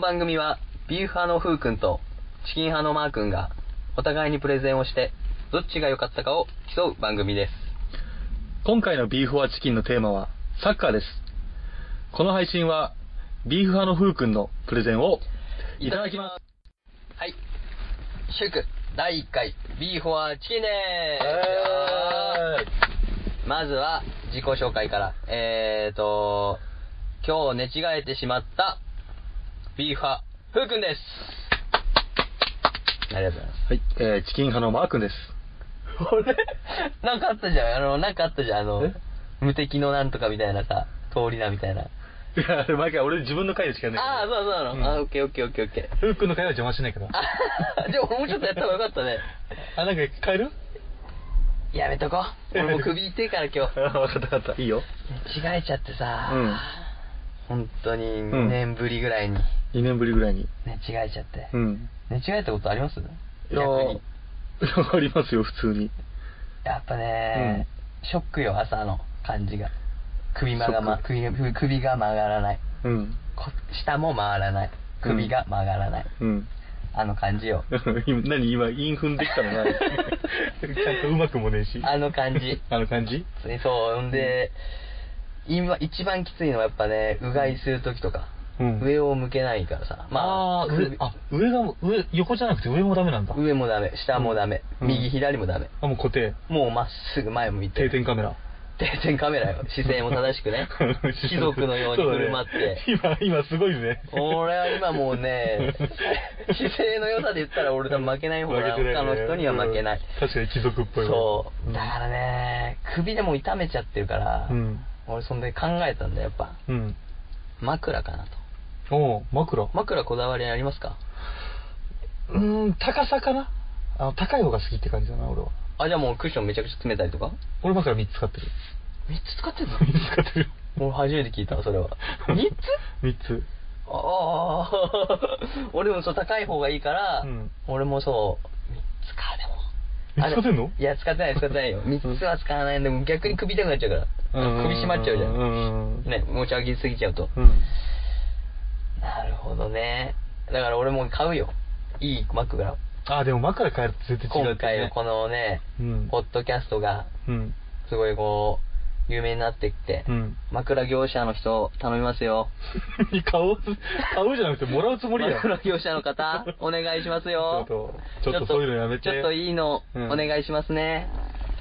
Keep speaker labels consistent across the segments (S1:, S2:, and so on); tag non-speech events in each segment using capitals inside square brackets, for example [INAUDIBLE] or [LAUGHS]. S1: 番組は、ビーフ派のふうくんと、チキン派のマーくんが、お互いにプレゼンをして、どっちが良かったかを競う番組です。
S2: 今回のビーフォアチキンのテーマはサッカーです。この配信はビーフ派のふうくんのプレゼンをいただきます。
S1: す。はい。祝第1回、ビーフォアチキンでーす。まずは、自己紹介から。えーと、今日寝違えてしまった、ビーフ派、ふうくんです。ありがとうございます。
S2: はい、えー、チキン派のマー君です。
S1: あれ [LAUGHS] なんかあったじゃん。あの、なんかあったじゃん。あの
S2: え、
S1: 無敵のなんとかみたいなさ、通りなみたいな。
S2: いや、毎回俺自分の回でしかやんない
S1: ああ、そうそうなの。
S2: うん
S1: あーオッケーオッケーオッケーオッケー。
S2: ふうくんの回は邪魔しないから。
S1: あじゃあ俺もちょっとやった方がよかったね。
S2: あ、なんか変える
S1: やめとこう。俺もう首痛いから今
S2: あ、わかったわかった。いいよ。
S1: 日。間違えちゃってさ、
S2: うん
S1: 本当に
S2: ん
S1: 2年ぶりぐらいに
S2: 2年ぶりぐらいに。
S1: 寝違えちゃって。
S2: うん。
S1: 寝違えたことあります
S2: いや
S1: 逆に。
S2: ーありますよ、普通に。
S1: やっぱね、ショックよ、朝の感じが。首まが、ま、
S2: ショック
S1: 首が首が曲がらない。
S2: うん。
S1: こ下も回らない首が曲がらない、
S2: うん。 [LAUGHS]
S1: あの感じよ
S2: 今何今、インフンできたの [LAUGHS] な。ちゃんとうまくもねえし。
S1: あの感じ
S2: あの感じ
S1: そうほんで、今一番きついのはやっぱねうがいする時とか、
S2: うん
S1: 上を向けないからさまあ
S2: あー上
S1: 首
S2: あ、上がも、上、横じゃなくて上もダメなんだ。
S1: 上もダメ下もダメ、
S2: うん
S1: 右左もダメ
S2: あ、もう固定。
S1: もうまっすぐ前向いて
S2: 定点カメラ。
S1: 定点カメラよ姿勢も正しく
S2: [LAUGHS]
S1: ね貴族のように振る舞って、
S2: そうだね今、今すごいね。
S1: 俺は今もう
S2: [LAUGHS]
S1: ね [LAUGHS] 姿勢の良さで言ったら俺多分負けない方が
S2: 負けてないね
S1: 他の人には負けない、
S2: うん確かに貴族っぽいわ
S1: そう、
S2: うん
S1: だからね首でも痛めちゃってるから、
S2: うん。
S1: 俺そんで考えたんだやっぱ
S2: うん。
S1: 枕かなと
S2: おう枕。
S1: 枕こだわりありますか
S2: うーん、高さかなあの、高い方が好きって感じだな、俺は。
S1: あじゃあもうクッションめちゃくちゃ詰めたりとか
S2: 俺枕3つ買ってる。
S1: 3つ使
S2: [LAUGHS]
S1: ってんの
S2: 3つ買ってる。
S1: 俺初めて聞いたわそれは3つ
S2: [LAUGHS] ?3 つ。
S1: ああ [LAUGHS] 俺もそう高い方がいいから、
S2: うん
S1: 俺もそう3つかでもあ
S2: 使ってんの
S1: いや使ってない使ってない
S2: [LAUGHS]
S1: よ3つは使わないんでも逆に首痛くなっちゃうから首締まっちゃうじゃ
S2: うんん。うん。
S1: ね持ち上げすぎちゃうと、なるほどねだから俺も買うよいい枕
S2: あ、でも枕変えると絶対違う
S1: 今
S2: って
S1: 回
S2: ね
S1: のこのね、
S2: うん
S1: ポッドキャストが
S2: うん。
S1: すごいこう有名になってきて、
S2: うん。 [LAUGHS]
S1: 枕業者の人頼みますよ
S2: 買おう、買うじゃなくてもらうつもりだよ。
S1: 枕業者の
S2: [LAUGHS]
S1: 方お願いしますよ
S2: ちょっとちょっとそういうのやめて
S1: ちょっといいの、
S2: うん
S1: お願いしますね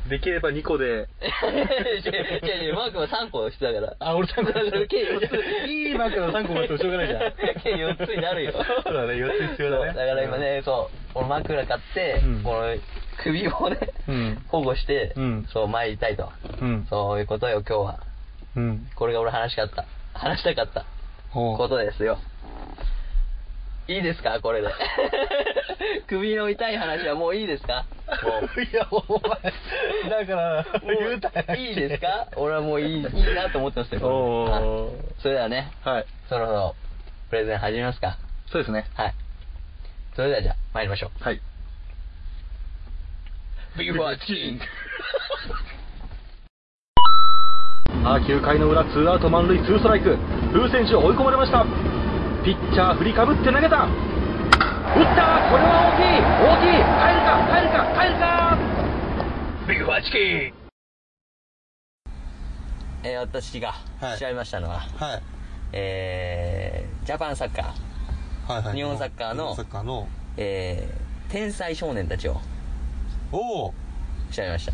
S2: できれば2個で。
S1: いやいやいやマークは3個してたから
S2: あ、俺3個
S1: だから計4つ
S2: いい枕の3個持ってもしょうがないじゃん。
S1: 計4つになるよ
S2: そうだね、4つ必要だね。
S1: そうだから今ね、そう俺枕買って、
S2: うん
S1: この首をね、
S2: うん
S1: 保護して、
S2: うん
S1: そう参りたいと、
S2: うん。
S1: そういうことよ今日は
S2: うん。
S1: これが俺話しかった話したかった
S2: ほう
S1: ことですよいいですかこれで [LAUGHS] 首の痛い話はもういいですかもう
S2: [LAUGHS] いや、お前、だから、言うたやんけ
S1: いいですか俺はもういいいいなと思ってますよ
S2: おー
S1: これはいそれではね
S2: はい。
S1: そろそろプレゼン始めますか
S2: そうですね。
S1: はいそれではじゃあ参りましょう
S2: はい。
S1: ビーフォーチ
S2: [LAUGHS]
S1: キン
S2: あー9回の裏、ツーアウト満塁、ツーストライク、ルー選手追い込まれました、ピッチャー振りかぶって投げた、打った、これは大きい、大きい、入るか、入るか、入るか、
S1: ビーフォーチキンえー私が
S3: はい
S1: 調べましたのは、
S3: はい、
S1: えージャパンサッカー
S3: はいはい
S1: 日本サッカーの
S3: 日本サッカーの
S1: えー天才少年たちを
S3: おお
S1: 調べました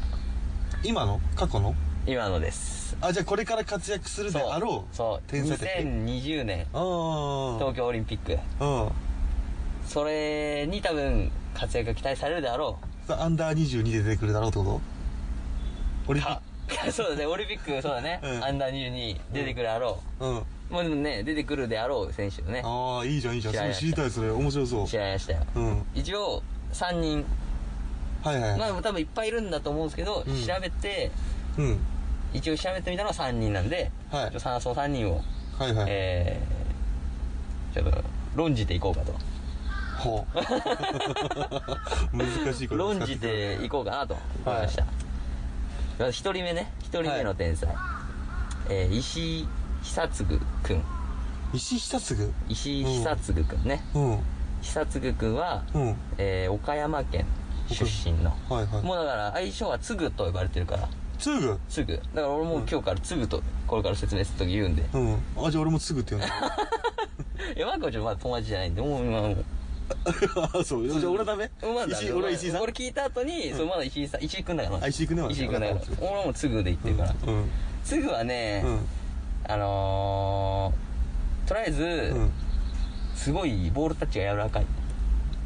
S3: 今の過去の
S1: 今のです
S3: あじゃあこれから活躍するであろう
S1: そう
S3: 天才的
S1: 2020年
S3: あ
S1: 東京オリンピック
S3: あ
S1: それに多分活躍が期待されるであろ
S3: アンダー22で出てくるだろうってこと俺
S1: うか [LAUGHS] そうだねオリンピックそうだね、
S3: うん
S1: アンダー2 2出てくるであろ
S3: うん
S1: うもうでもね出てくるであろう選手をね
S3: ああいいじゃんいいじゃん
S1: 知ら
S3: そ
S1: ない
S3: れ知りたいそれ面白そう
S1: 知らいましたよ
S3: うん
S1: 一応3人
S3: はいはい、
S1: まあ多分いっぱいいるんだと思うんですけど、
S3: うん
S1: 調べて
S3: うん
S1: 一応調べてみたのは3人なんで、
S3: はい
S1: ちょっとその3人を、
S3: はいはい、
S1: えー、ちょっと論じていこうかと
S3: ほう [LAUGHS] 難しいこと
S1: 論じていこうかなと思いました、まず1人目ね1人目の天才、えー石井久嗣君
S3: 石久嗣
S1: 石井久嗣君ね、
S3: うん
S1: 久嗣君は、
S3: うん
S1: えー岡山県出身の、
S3: はいはい
S1: もうだから愛称はつぐと呼ばれてるから
S3: つぐ
S1: つぐだから俺もう今日からつぐとこれから説明する時言うんで、
S3: うんあじゃあ俺もつぐって
S1: [LAUGHS]
S3: 呼んで
S1: いやマーコちゃんまだ友達じゃないんでもう今もう
S3: あそうじゃあ俺はダメ
S1: うんまだ
S3: 石井俺は石井さん
S1: 俺聞いた後に、そうまだ石井さん石井君だから
S3: あ石井君だから
S1: 石井君だから俺はもうつぐで言ってるから、
S3: うん
S1: つぐはね、
S3: うん
S1: あのー、とりあえず、
S3: うん
S1: すごいボールタッチが柔らかい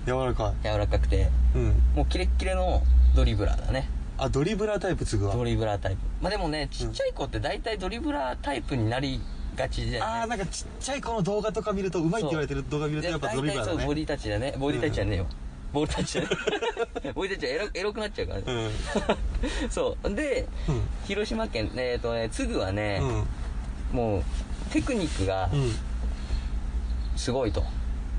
S3: 柔らか
S1: 柔らかくて
S3: いうん
S1: もうキレッキレのドリブラーだね
S3: あドリブラータイプつぐは
S1: ドリブラータイプまあでもねちっちゃい子って大体ドリブラータイプになりがちで、ね、
S3: ああなんかちっちゃい子の動画とか見るとうまいって言われてる動画見るとやっぱドリブラー
S1: 大体そう
S3: だ
S1: ボデ
S3: ね
S1: ィタッチだねボディタッチじゃねえよ、ボールタッチじゃね
S3: [LAUGHS]
S1: えボディタッチはエロエロくなっちゃうから
S3: う
S1: ね、
S3: ん
S1: [LAUGHS] そうで
S3: うん
S1: 広島県えっ、とねつぐはね、
S3: うん
S1: もうテクニックがすごいと、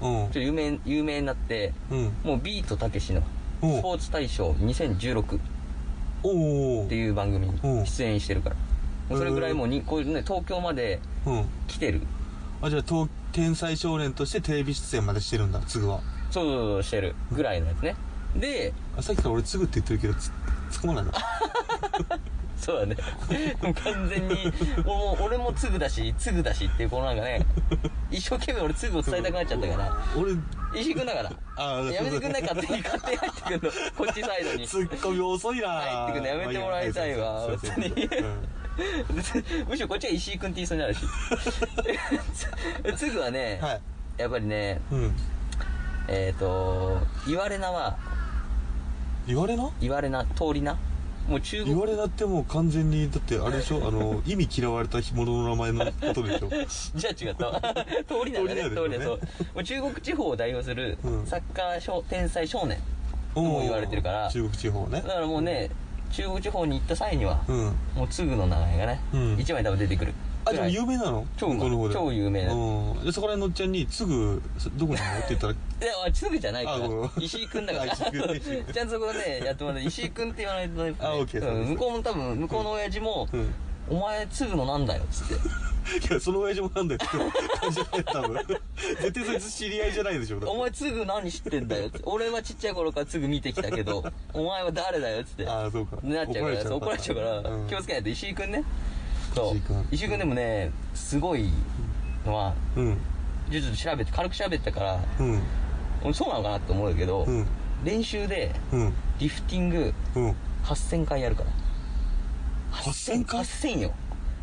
S3: うん
S1: ちょ有名有名になって
S3: うん
S1: もうビートたけしの
S3: うん
S1: スポーツ大賞2016
S3: おお
S1: っていう番組
S3: うん
S1: に出演してるからもうそれぐらいもうにこういうね東京まで
S3: うん
S1: 来てる
S3: あじゃあ東天才少年としてテレビ出演までしてるんだつぐは
S1: そうそうそうしてるぐらいのやつねで
S3: あさっきから俺つぐって言ってるけどつ突っ込まないの
S1: そうだね [LAUGHS] もう完全にもう俺もつぐだしつぐだしっていうこのなんかね一生懸命俺つぐを伝えたくなっちゃったから
S3: 俺
S1: 石井君だから
S3: あー
S1: やめてくんないかって勝手に入ってくんのこっちサイドに
S3: ツッコミ遅いな
S1: 入ってくのやめてもらいたいわ
S3: はいはいはい
S1: 本当に
S3: うん
S1: むしろこっちは石井君って言いそう
S3: [LAUGHS]
S1: になるしつぐはね、 [LAUGHS]
S3: はい
S1: やっぱりね
S3: うん
S1: えっ、と言われなは
S3: 言われな
S1: 言われな通りなもう中
S3: 言
S1: 国
S3: われなってもう完全にだってあれでしょあの意味嫌われたものの名前のこと
S1: [LAUGHS]
S3: でしょ
S1: じゃあ違
S3: [LAUGHS]
S1: ったわ通りなんだね通
S3: 通り
S1: り
S3: なんだね
S1: だそうもう中国地方を代表する
S3: うん
S1: サッカー少天才少年とも言われてるから
S3: 中国地方ね
S1: だからもうね中国地方に行った際には、
S3: うん
S1: もうつぐの名前がね、
S3: うん
S1: 一枚多分出てくる
S3: あでも有
S1: 名
S3: 名なの
S1: 超
S3: 向こうの方で
S1: 超有名な
S3: うんでそこら辺のおっちゃんにすぐどこにいるのって言ったら
S1: いやつぐじゃないか
S3: あ
S1: ら
S3: ごめん
S1: 石井君だか
S3: あ
S1: ら
S3: 石井君ね石井君
S1: ちゃんとそこねやってもらって石井君って言わないとね
S3: あ OK
S1: うん向こうも多分向こうの親父も
S3: うんうん
S1: 「お前つぐのなんだよ」っつって
S3: いやその親父もなんだよって感じじゃない多分絶対そいつ知り合いじゃないでしょだっ
S1: お
S3: て
S1: 前つぐ何知ってんだよって俺はちっちゃい頃からつぐ見てきたけ
S3: [LAUGHS]
S1: どお前は誰だよっつって
S3: あーそうか
S1: なっちゃうからそう怒
S3: 怒
S1: られ
S3: られ
S1: ちゃうか
S3: ちゃうから
S1: ら、
S3: うん
S1: 気をつけないと石井君ねそう
S3: 石井君
S1: 石井君でもねすごいのは
S3: うん
S1: ちょっと調べて軽く調べてたから
S3: うん
S1: 俺そうなのかなって思うけど、
S3: うん
S1: 練習で
S3: うん
S1: リフティング
S3: うん
S1: 8000回やるから
S3: 8000回
S1: 8000よ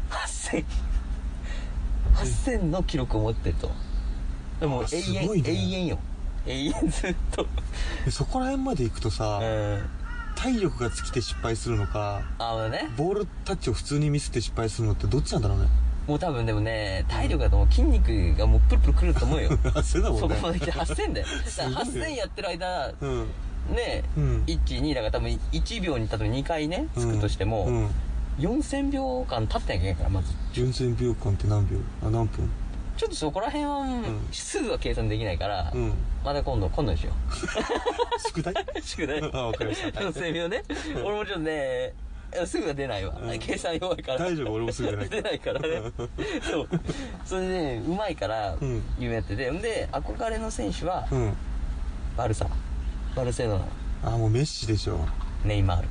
S1: 8000 8000の記録を持ってるとでも
S3: あ
S1: 永
S3: す
S1: 遠、
S3: ごいね
S1: 永遠よ永遠ずっと
S3: でそこら辺まで行くとさ、
S1: うん
S3: 体力が尽きて失敗するのか
S1: あのね
S3: ボールタッチを普通にミスって失敗するのってどっちなんだろうね [LAUGHS]
S1: もう多分でもね体力だともう筋肉がもうプルプルくると思うよ
S3: [LAUGHS] そうだもん
S1: そ
S3: ね
S1: こまで来て8000だよ
S3: [LAUGHS] す
S1: だ
S3: ごい
S1: か
S3: よ
S1: ら8000やってる間
S3: うん
S1: ね
S3: うん
S1: 12だから多分1秒に例えば2回ねつくとしても、
S3: うん
S1: 4000秒間経ってなきゃいけないからまず
S3: 純正秒間って何秒あ何分
S1: ちょっとそこら辺は、
S3: ん
S1: すぐは計算できないから、
S3: うん
S1: また今度今度にしよう
S3: 宿題
S1: 宿題
S3: あ [LAUGHS] わかりました
S1: 4000秒ね俺もちょっとねいやすぐは出ないわ、
S3: うん
S1: 計算弱いから
S3: 大丈夫俺もすぐ出ない
S1: 出ない
S3: [LAUGHS]
S1: からねそうそれでねうまいから
S3: うん
S1: 夢やってて、ん、で憧れの選手は
S3: うん
S1: バルサバルセロナ
S3: あもうメッシでしょ
S1: ネイマール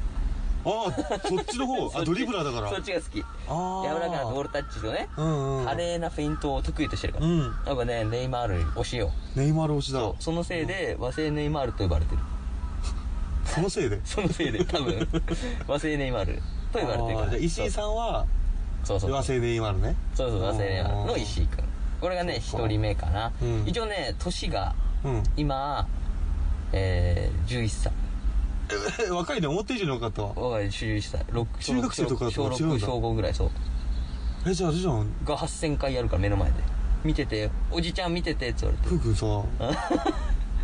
S3: ああそっち
S1: [LAUGHS]
S3: の方
S1: そっ
S3: あ
S1: ち
S3: ドリブラーだから
S1: そっちが好き柔
S3: あ
S1: ら
S3: ー
S1: かなボールタッチとね
S3: うんうん
S1: 華麗なフェイントを得意としてるから、
S3: うん
S1: やっぱねネイマール推しよ
S3: ネイマール推しだ
S1: そうそのせいで和製ネイマールと呼ばれてる
S3: そのせいで
S1: そのせいで多
S3: [LAUGHS]
S1: 分和製ネイマールと言われてるか
S3: あー
S1: ら
S3: じゃあ石井さんは
S1: そうそうそう
S3: 和製ネイマールね
S1: そうそう和製ネイマールの石井君これがね
S3: そうか
S1: 1人目かな、
S3: うん
S1: 一応ね年が
S3: うん
S1: 今えー、11歳
S3: え [LAUGHS] 若いね思った以上に若かったわ
S1: 我が11歳六
S3: 中学生とかだ
S1: 小
S3: と違うん
S1: 6
S3: だ
S1: 小5ぐらいそう
S3: えじゃああれじゃん
S1: が8000回やるから目の前で見てて「おじちゃん見てて」って言われて
S3: ふうくんさ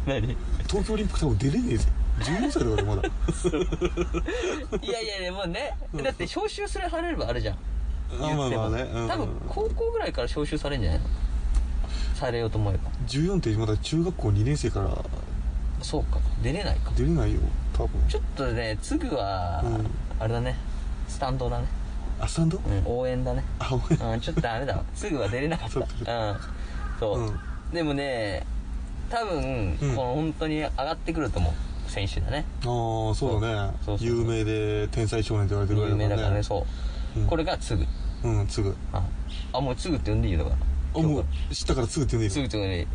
S1: 何
S3: 東京オリンピック多分出れねえぜ14歳だから
S1: [LAUGHS]
S3: まだ
S1: いやいやいやもうねだって招集する離れればあるじゃん
S3: まあまあまあねうん
S1: 多分高校ぐらいから招集されんじゃないのされようと思えば
S3: 14ってまだ中学校2年生から
S1: そうか出れないか
S3: 出れないよ多分
S1: ちょっとねつぐは、
S3: うん
S1: あれだねスタンドだね、
S3: あスタンド
S1: うん、応援だね
S3: [LAUGHS] あお前
S1: うん、ちょっとダメだわ。すぐは出れなかった。
S3: そっか
S1: うん。そう、
S3: うん
S1: でもね多分、
S3: うん
S1: この本当に上がってくると思う選手だね
S3: ああそうだね
S1: そうそうそう
S3: 有名で天才少年と言われてるぐら
S1: 有
S3: い
S1: 名だか
S3: だからら
S1: ね
S3: ね
S1: そう、
S3: うん
S1: これがつぐ
S3: うんすぐ
S1: ああもうつぐって呼んでいいよだから
S3: あもう知ったからすぐって言うん
S1: つ
S3: だ
S1: ぐ
S3: よ
S1: って呼んでいい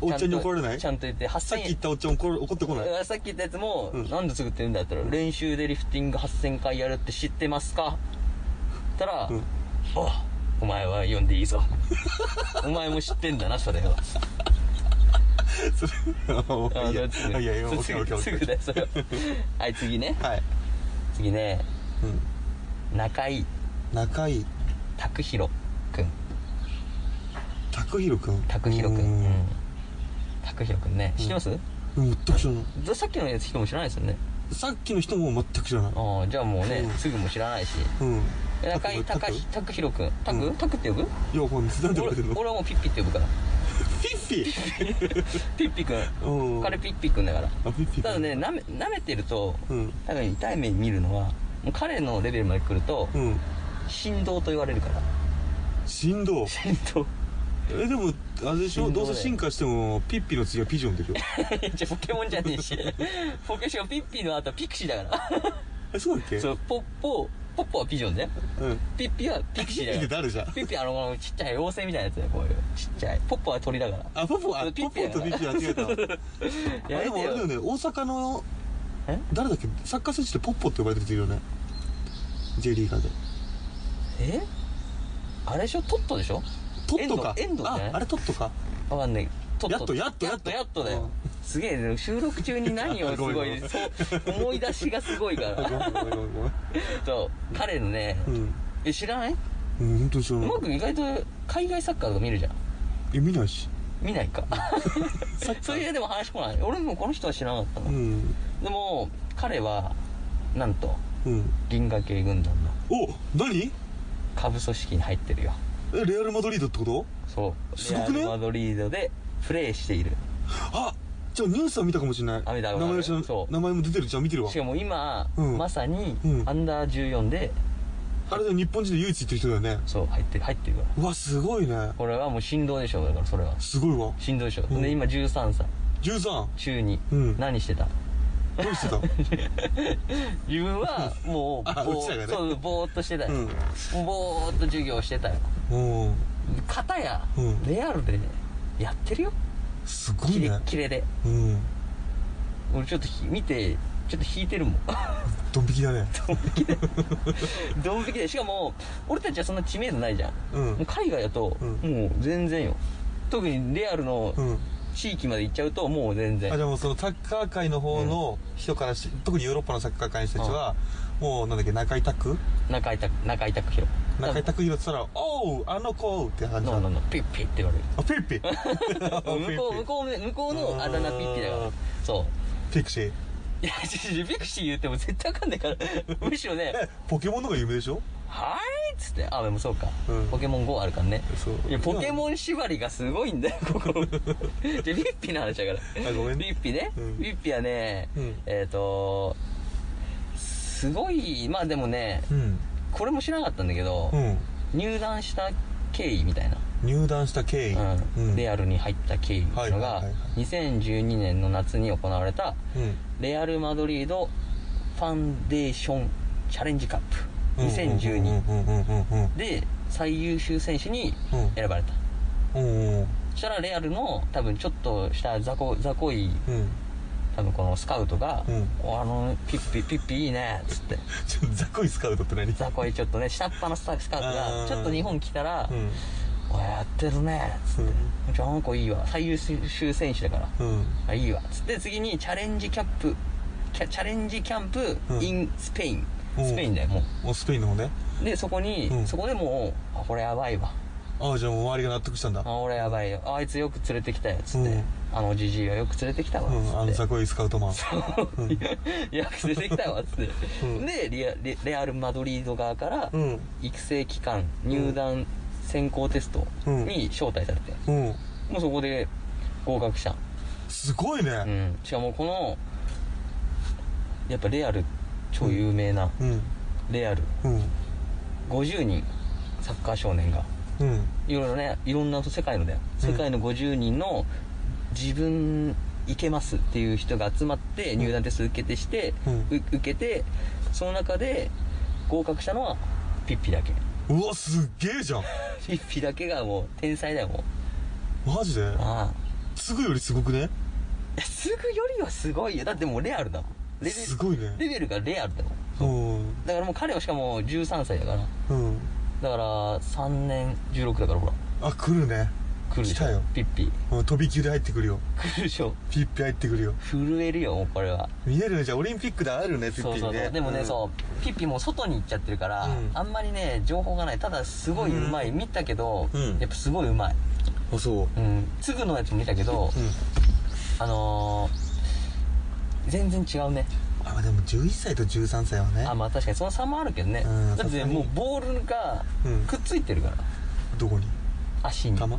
S3: おっちゃんに怒られない
S1: ちゃんと言って8000
S3: さっき言ったおっちゃん怒る怒ってこない
S1: うんさっき言ったやつも、
S3: うん
S1: なんで作ってるんだったら練習でリフティング8000回やるって知ってますかたら、
S3: うん
S1: おお前は読んでいいぞお前も知ってんだなそれは
S3: それあもう
S1: あ
S3: いいや
S1: じゃあ次
S3: いやいや
S1: そう
S3: オッケーオッケーオッ
S1: す
S3: ケ
S1: ぐすぐだ
S3: ー
S1: よそれははい次ね
S3: はい
S1: 次ね
S3: うん
S1: 中井
S3: 中井
S1: 拓弘君
S3: 拓弘君
S1: 拓弘君うん拓弘君ね知ってます、
S3: うんうん全く知らない
S1: どさっきのやつ人も知らないですよね
S3: さっきの人も全く知らない
S1: ああじゃあもうね、
S3: うん
S1: すぐも知らないし
S3: うん
S1: 中井
S3: 拓
S1: 隆
S3: 拓
S1: 拓弘君拓、
S3: うん
S1: 拓って呼ぶ
S3: いやもうなんで呼ばれてんの
S1: 俺俺はもうピッピって呼ぶ
S3: [LAUGHS]
S1: から
S3: ピッピ
S1: ピッピく
S3: うん
S1: ん彼ピッピくんだから
S3: あピッピ
S1: ただねなめ舐めてると
S3: うん
S1: 多分痛い目見るのはもう彼のレベルまで来ると
S3: うん
S1: 振動と言われるから
S3: 振動
S1: 振動
S3: えでもあれでしょ
S1: 振動
S3: ど
S1: だよ
S3: うせ進化してもピッピの次はピジョンでしょ
S1: いや [LAUGHS] じゃあポケモンじゃねえしポケシがピッピの後はピクシーだから
S3: えそうだっけ
S1: そうポッポポッポはピジョンね
S3: うん
S1: ピッピはピクシーだから
S3: ピッピって誰じゃん
S1: ピッピあのあのちっちゃい妖精みたいなやつだよこういうちっちゃいポッポは鳥だから
S3: あポポあ
S1: ピ
S3: ポ
S1: ッピ
S3: ポ
S1: や
S3: とピッピは違えた
S1: や
S3: わあ
S1: め
S3: でも
S1: て
S3: あれだよ
S1: よ
S3: ね大阪の
S1: え
S3: 誰だっけサッカー選手ってポッポって呼ばれてる人いるよね J リーガーで
S1: えあれでしょトットでしょ
S3: トットか
S1: 遠藤遠藤じゃない
S3: ああれトット
S1: [LAUGHS]
S3: か
S1: わかんない。と
S3: やっとやっと
S1: やっと
S3: や
S1: や
S3: っ
S1: っ
S3: と
S1: とだ
S3: うん
S1: よ。すげえね、収録中に何をす
S3: ご
S1: ご
S3: めん
S1: い、
S3: ごめん
S1: そう、思い出しがすごいか
S3: ごめん
S1: ら。
S3: ごめんごめんごめん
S1: そう、彼のね、
S3: うん
S1: え、知らない
S3: うん本当に知ら
S1: う
S3: ない
S1: まく意外と海外サッカーとか見るじゃん。
S3: え見ないし
S1: 見ないか。そういうでも話来ない。俺もこの人は知らなかった
S3: う
S1: の。
S3: ん
S1: でも、彼は、なんと、
S3: うん
S1: 銀河系軍団の
S3: お何
S1: 下部組織に入ってるよ。
S3: えレアル・マドリードってこと
S1: そう。
S3: すごくね
S1: レアルマドリードでプレーしている。
S3: あじゃあニュースは見たかもしれない
S1: あ見た
S3: 名
S1: 見た
S3: 前は知らない
S1: そう
S3: 名前も出てるじゃん見てるわ
S1: しかも今、
S3: うん
S1: まさに
S3: う、ん
S1: アンダー14で、
S3: あれで日本人で唯一行ってる人だよね
S1: そう、入ってる、入ってるから。
S3: うわすごいね
S1: これはもう振動でしょだからそれは
S3: すごいわ
S1: 振動でしょ、
S3: うん
S1: で今13歳
S3: 13
S1: 中2、
S3: うん
S1: 何してた
S3: どうしてた
S1: [LAUGHS] 自分はもう
S3: [LAUGHS] あ
S1: ぼー
S3: うちらがね
S1: そうぼーっとしてたよ、
S3: うん
S1: ぼーっと授業してたよ
S3: うん
S1: 片や、
S3: うん
S1: レアルでやってるよ
S3: すご
S1: キ
S3: い
S1: レ
S3: ね
S1: ッキレで
S3: うん
S1: 俺ちょっとひ見てちょっと引いてるもん [LAUGHS]
S3: ドン引きだね
S1: ドン引きでしかも俺たちはそんな知名度ないじゃん、
S3: うん
S1: もう海外だと、
S3: うん
S1: もう全然よ特にレアルの
S3: うん
S1: 地域まで行っちゃうともう全然、
S3: あでもそのサッカー界の方の人からし、特にヨーロッパのサッカー界の人たちは、もうなんだっけ中井拓
S1: 中井拓中井拓弘
S3: 中井拓宏って言ったら「おうあの子」って感じ
S1: ノ
S3: な
S1: ーノー
S3: の
S1: ノーピッピって言われる
S3: あピッピ
S1: [LAUGHS] 向こう向こう向こうのあだ名ピッピだか
S3: あ
S1: らそう
S3: うピクシー
S1: いやちょちょピクシー言っても絶対わかんない
S3: [LAUGHS]
S1: からむしろね
S3: えポケモンの方が有名でしょ
S1: 「はーい」っつってあでもそうか、
S3: うん
S1: ポケモン GO あるからね
S3: そう
S1: いやポケモン縛りがすごいんだ
S3: [LAUGHS]
S1: よここじゃピッピの話だから
S3: あごめん
S1: ピッピね、
S3: うん
S1: ピッピはね、
S3: うん
S1: えっ、とすごいまあでもね
S3: うん
S1: これも知らなかったんだけど、
S3: うん
S1: 入団した経緯みたいな
S3: 入団した経緯
S1: うん、レア
S3: ル
S1: ルに入った経緯っていうのが
S3: はいはいはいはい
S1: 2012年の夏に行われた
S3: うん
S1: レアル・マドリードファンデーションチャレンジカップ2012
S3: うんうんうんうん
S1: で最優秀選手に
S3: うん
S1: 選ばれた
S3: うんうん
S1: そしたらレアルの多分ちょっとした雑魚雑魚い
S3: うん
S1: 多分このスカウトが
S3: うん
S1: 「おあのピッピピッピいいね」っつって
S3: ちょっとざっこいスカウトって何
S1: 雑魚いちょっとね下っ端のスカウト
S3: あー
S1: がちょっと日本来たら
S3: うん
S1: 「おいやってるね」っつって「じゃああの子いいわ最優秀選手だから」
S3: うんうん
S1: あいいわつって次にチャレンジキャップキャチャレンジキャンプ
S3: うん
S1: in スペイン、
S3: うん
S1: スペインだよも
S3: おスペインの方ね
S1: うでそこに、
S3: うん
S1: そこでもうあこれやばいわ
S3: ああじゃあもう周りが納得したんだ
S1: あ俺やばいよああいつよく連れてきたよつって、
S3: うん
S1: あのじじいはよく連れてきたわつ
S3: う
S1: って、
S3: んあのざっこいスカウトマン
S1: [LAUGHS]
S3: うん
S1: よく連れてきたわつって、
S3: うん
S1: でリアレレアル・マドリード側から
S3: うん
S1: 育成期間入団選考テストに招待されて、
S3: うん
S1: もうそこで合格した
S3: すごいね
S1: うん、しかもこのやっぱレアル超有名な、
S3: うん
S1: レアル
S3: うん
S1: 50人サッカー少年が
S3: うん
S1: いろいろねいろんな世界のだよ
S3: うん
S1: 世界の50人の自分いけますっていう人が集まって入団テスト受けてして、
S3: うん
S1: う受けてその中で合格したのはピッピだ
S3: [LAUGHS]
S1: け
S3: うわすっげえじゃん
S1: ピッピだけがもう天才だよもう
S3: マジで
S1: ああ
S3: すぐよりすごくね
S1: いやすぐよりはすごいよだってもうレアルだもんレベル
S3: すごいね
S1: レベルがレアルだもん
S3: うん
S1: だからもう彼はしかも13歳だから
S3: うん
S1: だから3年16だからほら
S3: あ来るね
S1: 来るで
S3: 来
S1: しょ
S3: たよ
S1: ピッピ
S3: うん飛び級で入ってくるよ
S1: 来るでしょ
S3: ピッピ入ってくるよ
S1: 震えるよもうこれは
S3: 見えるねじゃあオリンピックであるねピッ
S1: そう
S3: ピ
S1: そうそうでもね、
S3: う
S1: そうピッピもう外に行っちゃってるから、
S3: うん
S1: あんまりね情報がないただすごいうまい、
S3: う
S1: 見たけど、
S3: うん
S1: やっぱすごいうまい、
S3: んあそう
S1: うん、すぐのやつも見たけど、
S3: うん
S1: あのー、全然違うね
S3: あでも11歳と13歳はね
S1: あまあ確かにその差もあるけどね、
S3: うん
S1: だってもうボールが
S3: うん
S1: くっついてるから、
S3: どこに
S1: 足に
S3: 玉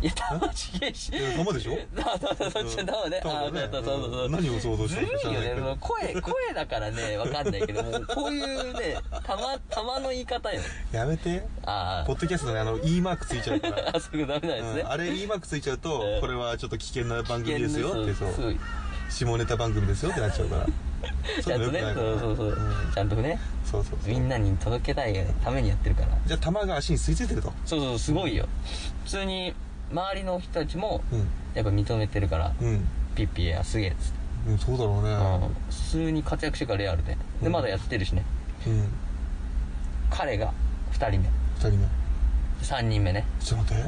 S1: いや玉ちげえし
S3: や玉
S1: [LAUGHS]
S3: でしょ
S1: 玉玉玉ちゃん玉ねあ
S3: 玉ね
S1: そうそうそうそう
S3: 何を想像し
S1: ず
S3: た
S1: るい
S3: のか知ら
S1: よ
S3: ない
S1: ね
S3: け
S1: そ
S3: ど
S1: の声声だからねわかんないけどもうこういうね玉玉の言い方よ
S3: やめて
S1: あ
S3: ポッドキャストのあの E マークついちゃうか
S1: [LAUGHS] あ
S3: ら
S1: あそこダメなんですね、
S3: うんあれ E マークついちゃうと
S1: うん
S3: これはちょっと危険な番
S1: 危
S3: 組ですよ
S1: 険
S3: って
S1: です
S3: そう
S1: そう
S3: 下ネタ番組ですよってなっちゃ
S1: [LAUGHS]
S3: うから
S1: ちゃんとね
S3: そういうの
S1: そ
S3: 良
S1: うそうそう、
S3: くないからうん
S1: ちゃんとね
S3: そうそうそう
S1: みんなに届けたいためにやってるから
S3: じゃあ玉が足に吸い付いてると
S1: そうそうすごいよ普通に周りの人たちも
S3: うん
S1: やっぱ認めてるから、
S3: うん
S1: ピッピーやすげえっつって、
S3: うんそうだろう
S1: うん
S3: ね
S1: 普通に活躍してるからレアルでで
S3: うん
S1: まだやってるしね
S3: うん
S1: 彼が2人目
S3: 2人目
S1: 3人目ね
S3: ちょっと待っ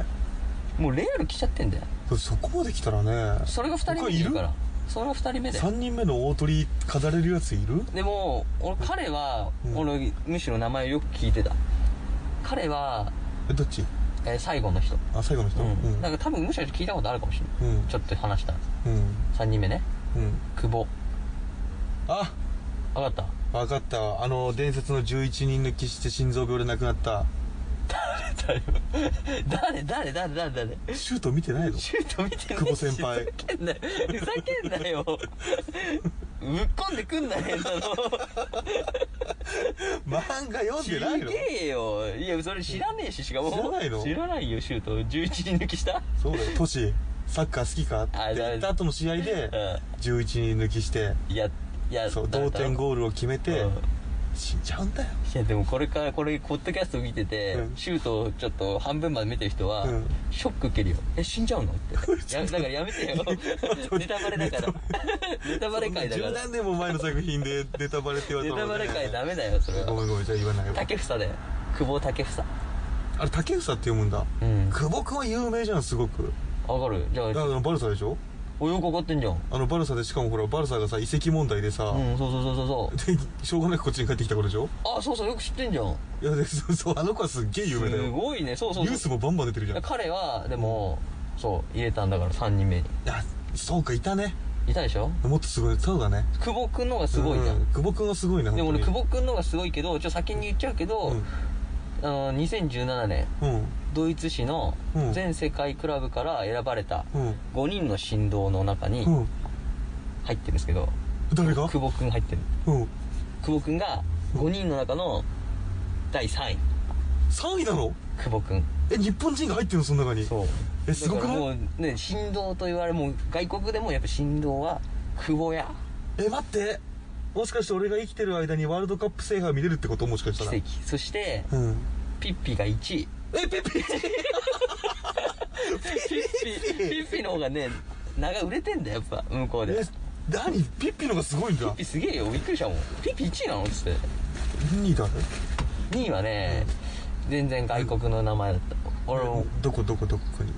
S3: て
S1: もうレアル来ちゃってんだよ
S3: そそこまで来たらね
S1: それが2人
S3: 他
S1: 目い
S3: いる
S1: るからそれが2人目だよ
S3: 3人目の大鳥飾れるやついる
S1: でも俺彼は、
S3: うん
S1: 俺むしろ名前をよく聞いてた彼は、
S3: えどっち
S1: えー最後の人
S3: あ最後の人
S1: う、
S3: うんん
S1: なんか多分むしろ聞いたことあるかもしれない、
S3: うん
S1: ちょっと話した
S3: うん
S1: 3人目ね
S3: うん
S1: 久保
S3: あ
S1: 分かった [LAUGHS]
S3: 分かったわあの伝説の11人抜きして心臓病で亡くなった
S1: 誰誰誰誰誰
S3: シュート見てないの
S1: シュート見てねえし
S3: 久保先
S1: ふ
S3: 輩
S1: ざけんなよふざけんなよぶっ込んでくんなよ変なの
S3: 漫画読ん
S1: す
S3: でないの
S1: げえよいやそれ知らねえししかも
S3: 知らないの
S1: 知らないよシュート11人抜きした
S3: そうだよトシサッカー好きかって
S1: あだ
S3: 言った後の試合で
S1: う
S3: 11人抜きして
S1: んいやいや
S3: そう同点
S1: ー
S3: ゴールを決めて
S1: うん
S3: 死んじゃうんだよ
S1: いやでもこれからこれポッドキャスト見てて、
S3: うん
S1: シュートをちょっと半分まで見てる人は、
S3: うん
S1: ショック受けるよえ死んじゃうのって
S3: [LAUGHS]
S1: やだからやめてよネタバレだからネタバレ会だか
S3: 十
S1: ら
S3: 何年も前の作品で [LAUGHS] ネタバレって言われ
S1: ネ
S3: た
S1: タ
S3: も
S1: バ
S3: んね
S1: レ会ダメだよそれ
S3: ごめ
S1: は
S3: んごめんじゃあ言わないよ
S1: 竹房だよ久保竹房
S3: あれ竹房って読むんだ
S1: うん
S3: 久保君は有名じゃんすごく
S1: わかるじゃ
S3: だか
S1: あ
S3: らバルサでしょ
S1: およくかかってんじゃん
S3: あのバルサでしかもほらバルサがさ移籍問題でさ、
S1: うんそうそうそうそうそう
S3: でしょうがなくこっちに帰ってきた頃でしょ
S1: あそうそうよく知ってんじゃん
S3: いやでそうそうあの子はすっげえ有名だよ
S1: すごいねそうそう
S3: ニュースもバンバン出てるじゃん
S1: 彼はでもそう入れたんだから3人目に
S3: あそうかいたね
S1: いたでしょ
S3: もっとすごいそうだね
S1: 久保君の方がすごいじゃん、
S3: う久保君はすごいな
S1: でも
S3: 本当
S1: 俺
S3: に
S1: 久保君の方がすごいけどちょっと先に言っちゃうけど、あの2017年
S3: うん
S1: ドイツ史の
S3: うん
S1: 全世界クラブから選ばれた
S3: うん
S1: 5人の神童の中に
S3: うん、うん、
S1: 入ってるんですけど、
S3: 誰が
S1: 久保君入ってる
S3: うん
S1: 久保君が5人の中の第3位
S3: 3位なの
S1: 久保君
S3: え日本人が入ってるのその中に
S1: そう
S3: えすごく
S1: だからも
S3: ないう
S1: ね神童と言われもう外国でもやっぱ神童は久保や
S3: え待ってもしかして俺が生きてる間にワールドカップ制覇見れるってこともしかし
S1: 奇
S3: たら
S1: 跡そして
S3: うん
S1: ピッピが1位
S3: えピッピ
S1: ピッピピッピの方がね長い売れてんだよやっぱ向こうで
S3: え何ピッピのがすごいん
S1: ピ
S3: だ
S1: ッピすげえよびっくりしたもんピッピ1位なのっつって
S3: 2位だね
S1: 2位はね全然外国の名前だった俺も
S3: どこどこどこに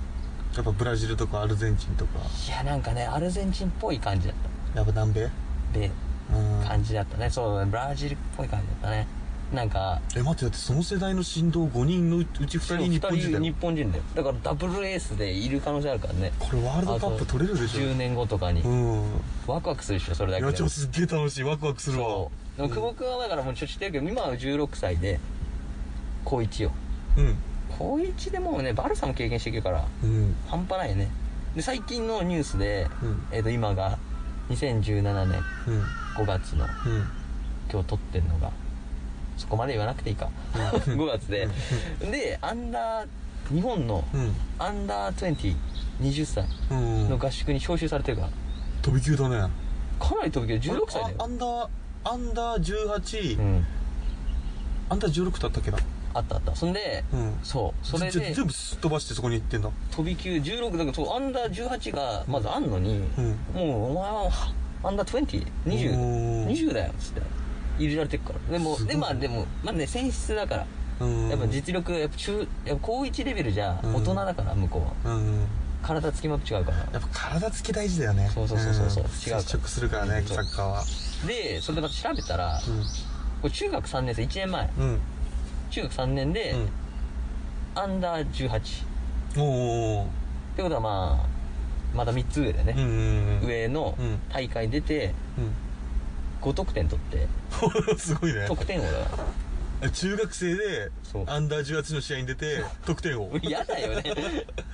S3: やっぱブラジルとかアルゼンチンとか
S1: いやなんかねアルゼンチンっぽい感じだっ
S3: やっぱ南米
S1: たで
S3: うん
S1: 感じだったねそうだねブラジルっぽい感じだったねなんか
S3: え待ってだってその世代の振動5人のうち2人日
S1: 二人
S3: 本人だ
S1: 日
S3: よ
S1: 本人だよだからダブルエースでいる可能性あるからね
S3: これワールドカップ取れるでしょ
S1: 10年後とかに
S3: うん
S1: ワクワクするでしょそれだ
S3: い
S1: け
S3: や
S1: で
S3: ちょすっげえ楽しいワクワクするわ
S1: そうでも久保君はだからもうちょっと知ってるけど今は16歳で高1よ
S3: うん
S1: 高1でもうねバルサも経験してきるから
S3: うん
S1: 半端ないよねで最近のニュースで、
S3: うん
S1: えー、と今が2017年
S3: うん
S1: 5月の
S3: うん
S1: 今日撮ってんのがそこまで言わなくていいか5月ででアンダー日本の
S3: うん
S1: アンダー2020歳
S3: うん
S1: の合宿に招集されてるから
S3: 飛び級だね
S1: かなり飛び級16歳だ
S3: あ
S1: よ
S3: アンダーアンダー18、
S1: うん
S3: アンダー16だったっけな
S1: あったあったそんで、
S3: うん
S1: そうそれ
S3: じゃ
S1: で
S3: 全部すっ飛ばしてそこに行ってんだ
S1: 飛び級16だからそうアンダー18がまずあんのに、
S3: うん
S1: もうお前はアンダー
S3: おー
S1: 2020だよっつって入れられてるからでも
S3: すごい
S1: でまあでもまあね選出だから、
S3: うん
S1: やっぱ実力やっぱ中やっぱ高1レベルじゃ
S3: うん
S1: 大人だから向こうは
S3: うん
S1: 体つきまく違うから
S3: やっぱ体つき大事だよね
S1: そうそうそうそうそう違
S3: ん
S1: うから
S3: 接触するからね
S1: そ
S3: サ
S1: う
S3: ッカーは
S1: でそれでまた調べたら、これ中学3年生1年前
S3: うんうん
S1: 中学3年で、
S3: うん
S1: アンダー18っ
S3: おーおー
S1: てことはまあまだ3つ上だよ
S3: う
S1: ね、
S3: んうんうん
S1: 上の
S3: うん
S1: 大会出て5得点取って
S3: うん [LAUGHS] すごいね
S1: 得点王だから
S3: [LAUGHS] 中学生で
S1: そう
S3: アンダー18の試合に出て得点王い
S1: 嫌だよね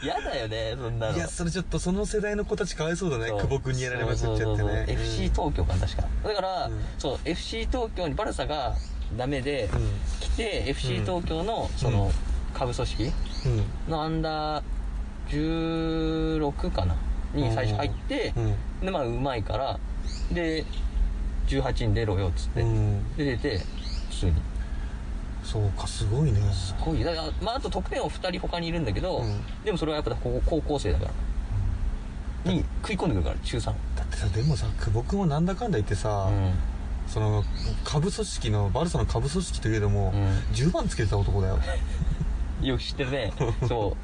S1: 嫌だよねそんなの
S3: やそれちょっとその世代の子たちかわいそうだね
S1: そう
S3: 久保君にやられまくっちゃってね
S1: そうそうそうそう
S3: うん
S1: FC 東京かな確かだから、
S3: うん
S1: そう FC 東京にバルサがダメで、来て FC 東京のその、
S3: うん
S1: 下部組織
S3: うんうん
S1: のアンダー16かなに最初入って、
S3: うん
S1: でまあうまいからで18に出ろよっつって、
S3: うん
S1: で出て普通に
S3: そうかすごいね
S1: すごいだからまああと得点を2人他にいるんだけど、
S3: うん
S1: でもそれはやっぱ高高校生だから、に食い込んでくるから中3
S3: だってさでもさ久保君はなんだかんだ言ってさ、
S1: う
S3: その下部組織のバルサの下部組織といえども、
S1: うん
S3: 10番つけてた男だ [LAUGHS] よ
S1: ん、よく知ってる
S3: [LAUGHS]
S1: ねそう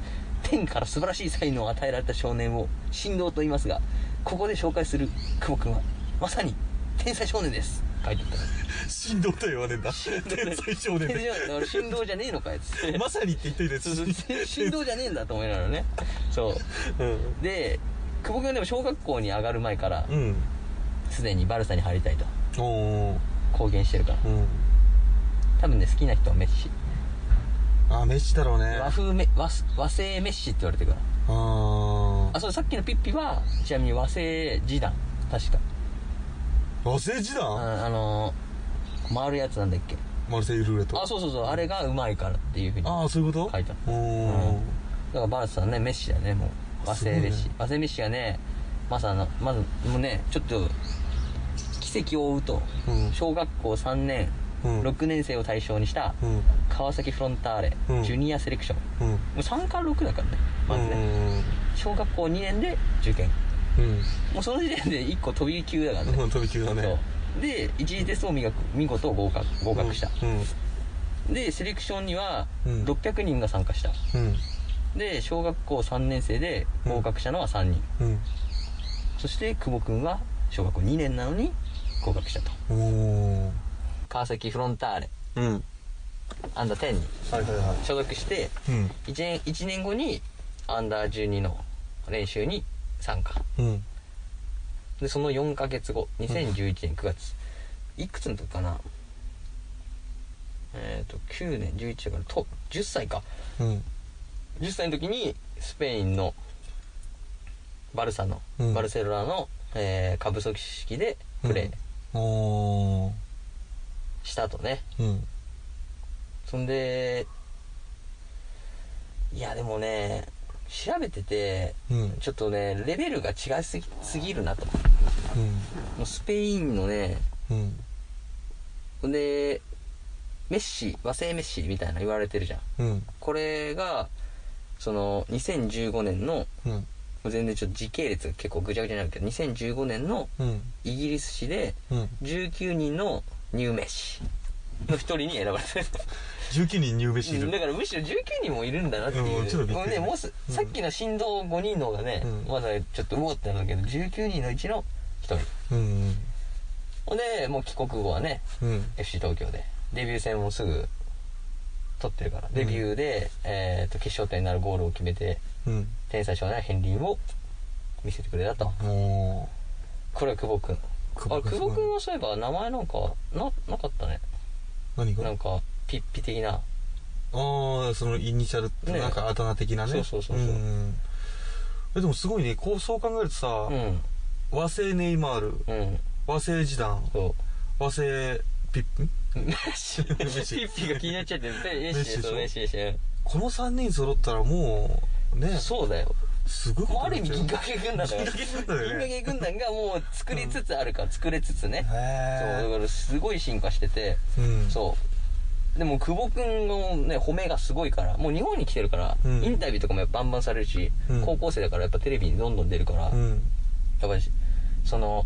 S1: 天から素晴らしい才能を与えられた少年を神童と言いますがここで紹介する久保君はまさに天才少年です書いてた
S3: 振動とは言わねえんだ天才少
S1: 天
S3: 年
S1: 才
S3: [LAUGHS] で
S1: 少年俺神童じゃねえのかよつって
S3: [LAUGHS] まさにって言っといて
S1: そうそう神童じゃねえんだと思いながら
S3: [LAUGHS]
S1: ねそう
S3: うん
S1: で久保君はでも小学校に上がる前から
S3: うん
S1: すでにバルサに入りたいと
S3: おー
S1: 公言してるから
S3: うん
S1: 多分ね好きな人はメッシ
S3: あメッシだろうね
S1: 和風メ和和製メッシって言われてるから
S3: あ
S1: あそうさっきのピッピはちなみに和製時短確か
S3: あ和製時
S1: あ
S3: 代
S1: あのー回るやつなんだっけ
S3: マルセイユルーレット
S1: あそうそうそうあれがうまいからっていうふうに
S3: ああそういうこと
S1: 書いた
S3: お
S1: うん
S3: ー
S1: だからバラスさんねメッシだねもう和製メッシ、
S3: すごいね
S1: 和製メッシがねまさのまずもうねちょっと奇跡を追うと、
S3: うん
S1: 小学校3年、
S3: うん
S1: 6年生を対象にした
S3: うん
S1: 川崎フロンターレ、
S3: うん
S1: ジュニアセレクションも
S3: うん
S1: う3から6だからねまずね、小学校2年で受験
S3: うんうん
S1: もうその時点で1個飛び級だからね、
S3: うん飛び級だね
S1: そうで一次テストを見学見事合格合格した、
S3: うん
S1: でセレクションには
S3: うん
S1: 600人が参加した、
S3: うん
S1: で小学校3年生で合格したのは3人、
S3: うん
S1: そして久保君は小学校2年なのに合格したと
S3: うんおー
S1: 川崎フロンターレ
S3: うん
S1: アンダー10に
S3: はいはいはい
S1: 所属して
S3: うん
S1: 1年 ,1 年後にアンダー12の練習に参加
S3: うん
S1: でその4ヶ月後2011年9月、いくつの時かなえっ、と9年11だからと10歳か
S3: うん
S1: 10歳の時にスペインのバルサの、
S3: うん
S1: バルセロナの、えー、下部組織でプレー
S3: おー
S1: したとね、
S3: うん
S1: そんでいやでもね調べてて
S3: うん
S1: ちょっとねレベルが違いすぎすぎるなともうスペインのね
S3: うんうん
S1: でメッシ和製メッシみたいなの言われてるじゃん
S3: うん
S1: これがその2015年のも
S3: うん
S1: う全然ちょっと時系列が結構ぐちゃぐちゃになるけど2015年の
S3: うん
S1: イギリス誌で
S3: うん
S1: 19人の入名誌の一人に選ばれ [LAUGHS] てる
S3: 19人入部しい
S1: だ
S3: る
S1: からむしろ19人もいるんだなっていう、
S3: うんちょっとびっ
S1: も
S3: く
S1: う
S3: り
S1: ねもうす
S3: うん
S1: さっきの振動5人の方がね、
S3: うん
S1: まだちょっとうおってなるけど19人のうちの一人
S3: うん
S1: ほんでもう帰国後はね
S3: うん
S1: FC 東京でデビュー戦もすぐ取ってるからデビューで、えー、と決勝点になるゴールを決めて
S3: うん
S1: 天才少年片鱗を見せてくれたと
S3: うんおー
S1: これは久保君
S3: 久保
S1: あ
S3: 君
S1: 久保君はそういえば名前なんかななかったね
S3: 何が
S1: なんかピッピ的な
S3: ああそのイニシャル、
S1: ね
S3: なんかあだ名的なね
S1: そうそうそうそうん
S3: えでもすごいねこうそう考えるとさ、
S1: うん
S3: 和製ネイマール
S1: うん
S3: 和製ジダン
S1: そう
S3: 和製ピップん
S1: メッシ。 [LAUGHS] ピ
S3: ッシ
S1: ッピが気になっちゃってる。メッシでしょ、メ
S3: メ
S1: ッ
S3: ッ
S1: シ
S3: シ
S1: でし
S3: この3人揃ったらもうね
S1: ょ。そうだよ。
S3: すごい
S1: もうある意味、銀
S3: 河
S1: 河系軍団だよ。
S3: 銀河系軍団だよね
S1: 銀河系軍団がもう作りつつあるから、作れつつね。
S3: へ
S1: そう、だ
S3: え
S1: からすごい進化してて、
S3: うん
S1: そう。でも、久保くんのね、褒めがすごいから、もう日本に来てるから、
S3: うん
S1: インタビューとかもやっぱバンバンされるし、
S3: うん
S1: 高校生だからやっぱテレビにどんどん出るから、
S3: う
S1: やっ
S3: ん
S1: ぱり、その、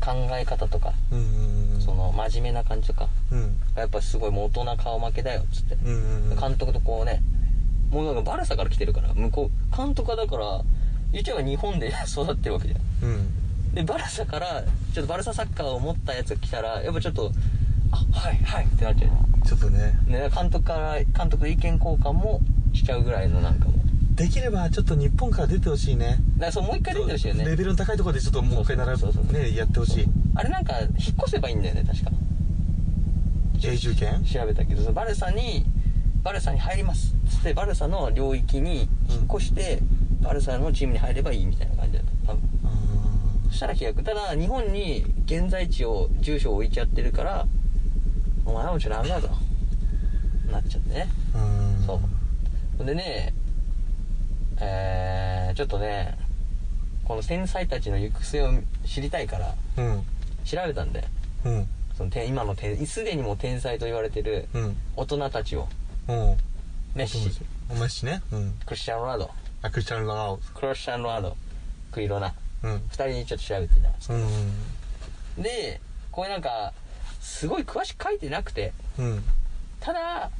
S1: 考え方とか、
S3: うんうんうん
S1: その、真面目な感じとか、
S3: うん
S1: やっぱすごいもう大人顔負けだよ、つって。
S3: うんうんうん
S1: 監督とこうね、もうなんかバルサから来てるから、向こう、監督はだから、言っちゃえば日本で [LAUGHS] 育ってるわけじゃん。
S3: うん
S1: で、バルサから、ちょっとバルササッカーを持ったやつが来たら、やっぱちょっと、あ、はい、はいってなっちゃう。
S3: ちょっとね
S1: ね、監督から、監督と意見交換もしちゃうぐらいのなんかも。
S3: できればちょっと日本から出てほしいね
S1: だからそう、もう一回出てほしいよ
S3: レ
S1: ね。
S3: ベルの高いところでちょっともう一回並
S1: そうそうそう
S3: ぶねやってほしい
S1: あれなんか、引っ越せばいいんだよね、確か。
S3: 永住権
S1: 調べたけどそのバルサにバルサに入りますっつってバルサの領域に引っ越して、バルサのチームに入ればいいみたいな感じだった多分そしたら飛躍ただ日本に現在地を住所を置いちゃってるからお前はもうちょっとダメだぞなっちゃってね
S3: うんうん
S1: そうほんでねえー、ちょっとねこの天才たちの行く末を知りたいから
S3: うん
S1: 調べたんで
S3: うん
S1: そのて今の天すでにもう天才と言われてる
S3: うん
S1: 大人たちを
S3: うん
S1: メッシ
S3: お前しねうん
S1: クリスチャン・ロナウド、
S3: あクリスチャン・ロナウ
S1: クロスチャン・ロナウド、クイロナ、
S3: ドうん
S1: 二人にちょっと調べてみたんです
S3: うん
S1: で、これなんか、すごい詳しく書いてなくて、
S3: うん
S1: ただ、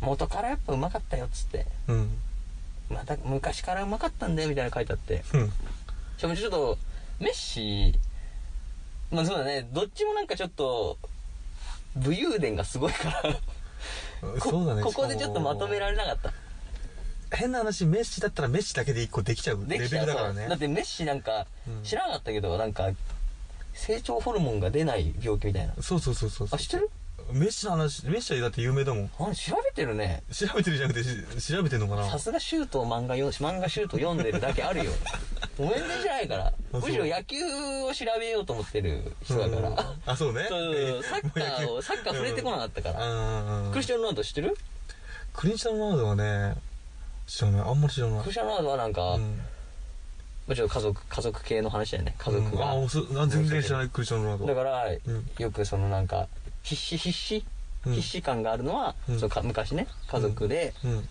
S1: 元からやっぱうまかったよっつって、
S3: うん
S1: また昔からうまかったんだよみたいなの書いてあって、
S3: うん
S1: しかもちょっと、メッシ、まあそうだね、どっちもなんかちょっと、武勇伝がすごいから、こ
S3: [LAUGHS] そうだね
S1: ここでちょっとまとめら
S3: れ
S1: れなかった。
S3: 変な話メッシだったらメッシだけで一個できちゃう
S1: で
S3: レベ
S1: きち
S3: ル
S1: ゃう
S3: だから
S1: そ
S3: ね
S1: うだってメッシなんか
S3: うん
S1: 知らなかったけど、なんか成長ホルモンが出ない病気みたいな
S3: そうそうそうそう
S1: あ知ってる
S3: メッシの話メッシはだって有名だもん
S1: あ調べてるね
S3: 調べてるじゃなくてし調べてんのかな
S1: さすがシュートを漫画よ漫画シュート読んでるだけあ
S3: [LAUGHS]
S1: るよお面でじゃないから
S3: そう
S1: むしろ野球を調べようと思ってる人だから、
S3: うんあそう
S1: [LAUGHS]
S3: ね
S1: そうそうそうサッカーをサッカー触れてこなかったから、
S3: ら
S1: クリスチャン・ロナウド知ってる、
S3: クリスチャン・ロナウドはね知らないあんまり知らない
S1: クリスチャン・ロナウドはなんか、
S3: うん
S1: もちろん家族家族系の話だよね家族が、
S3: うんあそうあ全然知らないクリスチャン・ロナウド
S1: だから、
S3: ん
S1: よくそのなんか必死必死、
S3: うん
S1: 必死感があるのは、
S3: うん
S1: そうか昔ね家族で、
S3: うん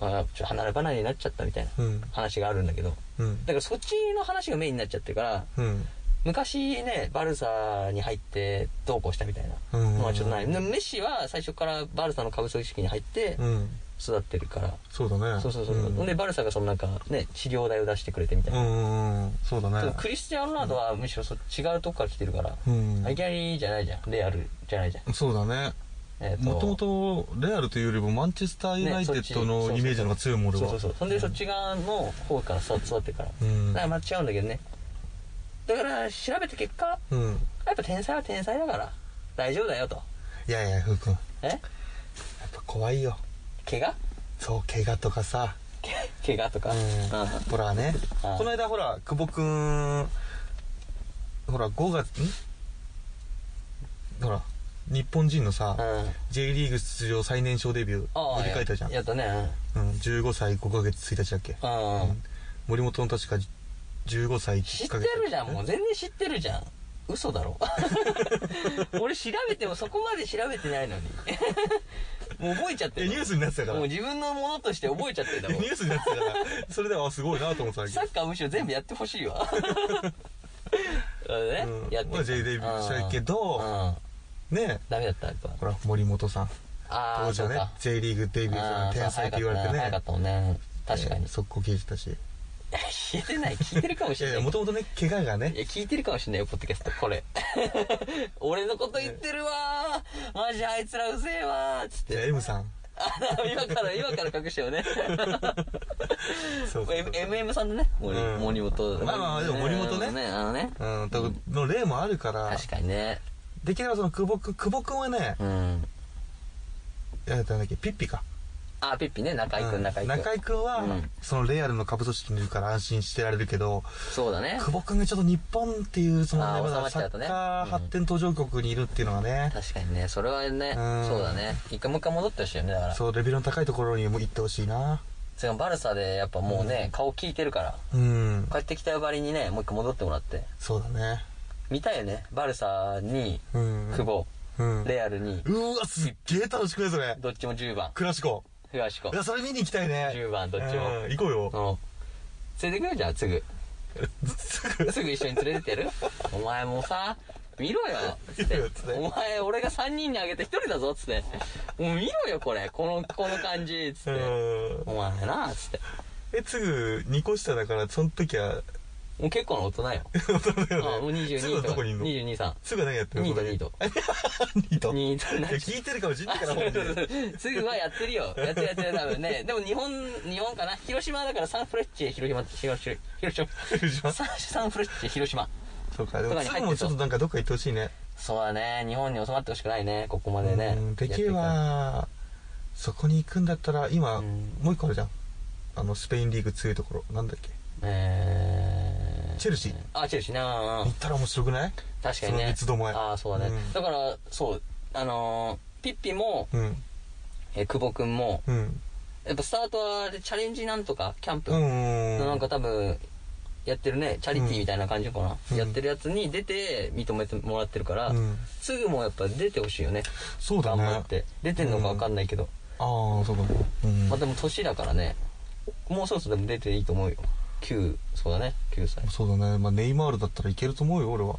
S1: まあ、ちょっと離れ離れになっちゃったみたいな
S3: うん
S1: 話があるんだけどだ
S3: うん
S1: からそっちの話がメインになっちゃってるから
S3: うん
S1: 昔ねバルサに入ってどうこうしたみたいな
S3: うん
S1: のはちょっとない、でメッシは最初からバルサの下部組織に入って
S3: うん
S1: 育ってるから、
S3: そうだね
S1: そうそうそう、
S3: ん
S1: ほんでバルサがそのなんかね治療代を出してくれてみたい
S3: うん
S1: な、
S3: うんうんそうだ
S1: ちょ
S3: ね
S1: っとクリスチャン・ロナウドはむしろそ違うとこから来てるから、
S3: うん
S1: いきなりじゃないじゃんレアルじゃないじゃん
S3: そうだね
S1: えーと
S3: もともとレアルというよりもマンチェスターユナイテッド
S1: ねそっ
S3: の
S1: ち
S3: イメージの方が強いもん俺
S1: そう
S3: は
S1: そうそうそんでそっち側の方から育育ってるから、
S3: うん
S1: だから間違うんだけどねだから調べた結果
S3: うん
S1: やっぱ天才は天才だから大丈夫だよと
S3: いやいやふうくんや
S1: え
S3: っぱ怖いよ
S1: 怪我 [LAUGHS]
S3: そう怪我とかさ
S1: 怪我とか、
S3: うん
S1: う
S3: ほらね
S1: うん
S3: この間ほら久保くんほら5月んほら日本人のさ、
S1: んうん
S3: J リーグ出場最年少デビュ
S1: あ
S3: ー
S1: あ
S3: 振り返ったじゃん、
S1: ややったね
S3: うん、15歳5ヶ月1日だっけ
S1: うん、うん
S3: 森本の確か15歳
S1: 知
S3: 1
S1: っ
S3: ヶ
S1: て
S3: 月
S1: るじゃんもう全然知ってるじゃん嘘だ
S3: [LAUGHS]
S1: ろ俺調べてもそこまで調べてないのにもう覚えちゃって
S3: いや
S1: る
S3: ニュースになってたから
S1: もう自分のものとして覚えちゃってるだ
S3: いや
S1: ろ
S3: ニュースになってたからそれではあすごいなと思ってたわけ
S1: サッカーむしろ全部やってほしいわ。 [LAUGHS] それでね、
S3: うん
S1: やって
S3: まあ J デビューしたけど
S1: うんうん
S3: ね
S1: ダメだった、やっぱ。
S3: ほら森本さん
S1: あ
S3: 当
S1: あ、
S3: 時
S1: そう
S3: はね
S1: か。
S3: J リーグデビューした
S1: あー
S3: の天才って言われて
S1: そう早か
S3: ね
S1: ったもんね。確かに。
S3: え
S1: [LAUGHS]
S3: ー速攻消えてたしい
S1: 聞いてない、聞いてるかもし
S3: や
S1: れ
S3: い
S1: な
S3: や
S1: い。
S3: もともとね怪我がね
S1: いや、聞いてるかもしれないよ、ポッドキャスト、これ。 [LAUGHS] 俺のこと言ってるわーマジあいつらうぜえわーつっ
S3: いや
S1: て。
S3: M さん
S1: あ今から、今から隠してよね。
S3: そうそう
S1: M- MM さんでね、森
S3: うん
S1: 森本。
S3: まあまあでも森本ね
S1: ね、あのね。
S3: うんとの例もあるから
S1: 確かにね。
S3: できればその久保くん久保くんはね
S1: うん。
S3: えーとなんだっけピッピか
S1: あ、ピッピね、中居く
S3: うん
S1: ん、中居くん。
S3: 中居君は、
S1: うん
S3: そのレアルの下部組織にいるから安心してられるけど、
S1: そうだね。
S3: 久保君がちょっと日本っていう、その
S1: あー
S3: ね、ま
S1: 収ま
S3: だ
S1: っち
S3: サ
S1: ゃ
S3: ッ
S1: うと
S3: カ
S1: ね
S3: ー発展途上国にいるっていうのはね、
S1: 確かにね、それはね、
S3: うん
S1: そうだね。一回もう一回戻ってほしいよね、だから。
S3: そう、レベルの高いところにも行ってほしいな。
S1: それがバルサでやっぱもうね、
S3: うん
S1: 顔聞いてるから、
S3: うん、
S1: 帰ってきたよばりにね、もう一回戻ってもらって。
S3: そうだね。
S1: 見たいよね、バルサに、
S3: うん。
S1: 久保、
S3: うん。
S1: レアルに、
S3: うわ、すっげえ楽しくないそれ。
S1: どっちも10番、
S3: クラシコ。
S1: フラシコ
S3: い。や、それ見に行きたいね。
S1: 10番どっちも
S3: うん行こうよ。
S1: うん。連れてくるじゃん、すぐ。
S3: すぐ
S1: すぐ一緒に連れてってやるお前もさ、見ろよつっ
S3: 見
S1: て
S3: ろよつって
S1: お前、俺が3人にあげて1人だぞつって。もう見ろよ、これ。この、この感じつ
S3: う
S1: って。
S3: ん。
S1: お前なつって。
S3: え、すぐ2個下だから、その時は、 [LAUGHS]
S1: もう結構な大人よ。
S3: 本当だ
S1: あ
S3: よね
S1: もう
S3: すぐ
S1: 22
S3: は
S1: と
S3: ど
S1: か。
S3: こにいんの
S1: 22さん。
S3: すぐは何やってるの
S1: ニートニー
S3: [LAUGHS]
S1: ト。
S3: ニート。
S1: ニート
S3: いや、聞いてるかもしんないから、本当に。
S1: すぐはやってるよ。やってるやってる、多分ね。でも日本、日本かな広島だからサンフレッチェ、広島、広島、広
S3: 広
S1: [LAUGHS]
S3: 島
S1: 島。サンサンフレッチェ、広島。
S3: そうか、でも
S1: とかに
S3: す
S1: 入って
S3: ぐ
S1: る
S3: もちょっとなんかどっか行ってほしいね。
S1: そうだね。日本に収まってほしくないね。ここまでね
S3: うん。できれば、そこに行くんだったら、今、
S1: うん
S3: もう一個あるじゃん。あの、スペインリーグ強いところ。なんだっけ。
S1: えー
S3: チェルシー
S1: あ、チェルシーな
S3: 行ったら面白くない
S1: 確かにね。
S3: その三つどもえ。
S1: ああ、そうだね。
S3: ん
S1: だから、そう、あのーピッピも、
S3: うん。
S1: えー久保くんも、
S3: うん。
S1: やっぱスタートはあれチャレンジなんとか、キャンプ
S3: う
S1: の
S3: ん。
S1: なんか多分、やってるね、チャリティーみたいな感じかな。
S3: うん
S1: やってるやつに出て認めてもらってるから、
S3: うん
S1: すぐもうやっぱ出てほしいよね。
S3: そうだ
S1: 頑
S3: ね。
S1: 張って。出てんのかわかんないけど。
S3: ああ、そうだね。うん。
S1: まあでも年だからね、もうそろそろでも出ていいと思うよ。9、そうだね、9歳。
S3: そうだね。まあ、ネイマールだったらいけると思うよ、
S1: [LAUGHS]
S3: 俺は。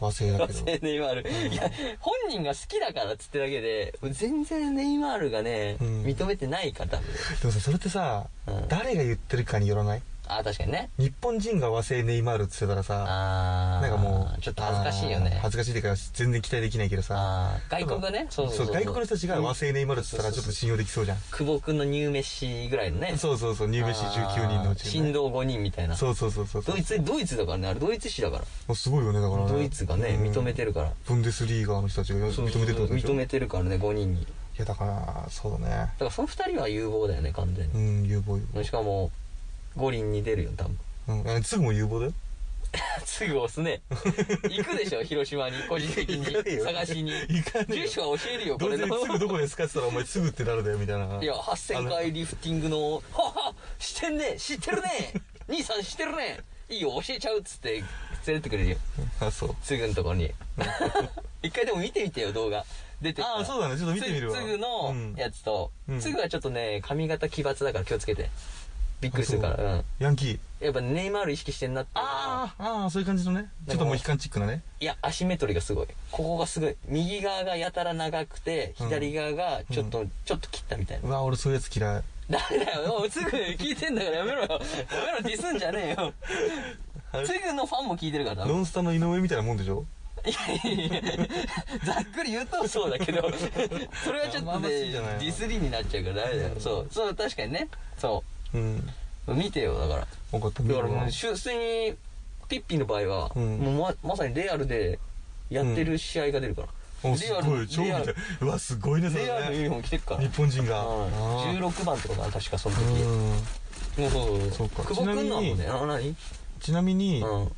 S3: 和製だけど。
S1: ネイマール。いや、本人が好きだからっつってだけで、全然ネイマールがね、
S3: うん
S1: 認めてない方。
S3: でもさ、それってさ、
S1: うん
S3: 誰が言ってるかによらない
S1: ああ、確かにね。
S3: 日本人が和製ネイマールって言ってたらさ、
S1: ああ。
S3: なんかもう、
S1: ちょっと恥ずかしいよ
S3: あー
S1: ね。
S3: 恥ずかしいっていうか、全然期待できないけどさ。
S1: ああ。外国がね、そうそうそう。
S3: 外国の人たちが和製ネイマールって言ったらちょっと信用できそうじゃん。
S1: 久保君の入メッシぐらいのね。
S3: そうそうそう、入
S1: 入
S3: 名士19人のうちにね
S1: 振動5人みたいな。
S3: そうそうそうそう。
S1: ドイツ、ドイツだからね、あれドイツ史だから。
S3: もうすごいよね、だからね。
S1: ドイツがね、
S3: うん
S1: 認めてるから。
S3: ブンデスリーガーの人たちが認めてるってことでしょ
S1: 認めてるからね、5人に。だ
S3: いや、だから、そうだね。
S1: からその2人は有望だよね、完全
S3: う
S1: に。
S3: ん、有望有
S1: しかも、五輪に出るよ、多分。 [LAUGHS]
S3: 望。うん、あすぐも有望だよ。
S1: すぐ押すね。行くでしょ、広島に、個人的に
S3: 行かねえ。よ
S1: 探しに。
S3: 行かねえよ
S1: 住所は教えるよ、
S3: ど
S1: こ
S3: う
S1: れ
S3: せ
S1: の。
S3: すぐどこですかって言ったら、お前すぐってなるだよ、みたいな。
S1: いや、8000回リフティングの、ははしてんね知ってるね兄さん知ってるねいいよ、教えちゃうっつって、連れてくれるよ。
S3: あ、そう。
S1: すぐのところ
S3: [LAUGHS]
S1: に。一回でも見てみてよ、動画。出てるから
S3: あーそうだねちょっと見てみるわ
S1: つぐ
S3: う
S1: の
S3: ん
S1: やつと
S3: うん、
S1: つぐはちょっとね、髪型奇抜だから気をつけて。びっくりするから。うん。
S3: ヤンキー。
S1: やっぱネイマール意識してんなって。
S3: ああ、ああ、そういう感じのね。ちょっともう悲観チックなね。
S1: いや、アシメトリーがすごい。ここがすごい。右側がやたら長くて、
S3: うん
S1: 左側がちょっと、ちょっと切ったみたいな
S3: う。わ、俺そういうやつ嫌い。
S1: ダメだよ、もうすぐ聞いてんだからやめろよ。やめろ、ディスんじゃねえよ。すぐのファンも聞いてるから、多分
S3: ノンスタの井上みたいなもんでしょ
S1: いやいやいや、ざっくり言うとそうだけど、それはちょっ
S3: まあ
S1: と
S3: ま
S1: ね、
S3: あ好きじ
S1: デ
S3: ゃないな
S1: ィスりになっちゃうからダメだよ。そう、そう、確かにね。そ
S3: うん。
S1: う。見てよ、だから。
S3: 分かった、見
S1: だ
S3: る
S1: から
S3: わ
S1: もう、普通に、ピッピの場合は、
S3: うん
S1: もうままさにレアルでやってる試合が出るから。
S3: おす
S1: レア
S3: ごい、
S1: ル、
S3: 超み
S1: レ
S3: た
S1: ア
S3: い
S1: ル。。
S3: うわ、すごいね、それ
S1: レアルのユニ
S3: ね。
S1: フォーム着てるから。
S3: 日本人が。あー
S1: 16番とかかな、確かその時。
S3: うん。
S1: もうそう
S3: そうか
S1: 久保君のも
S3: ちなみに
S1: ね、あ、何
S3: ちなみに、
S1: うん。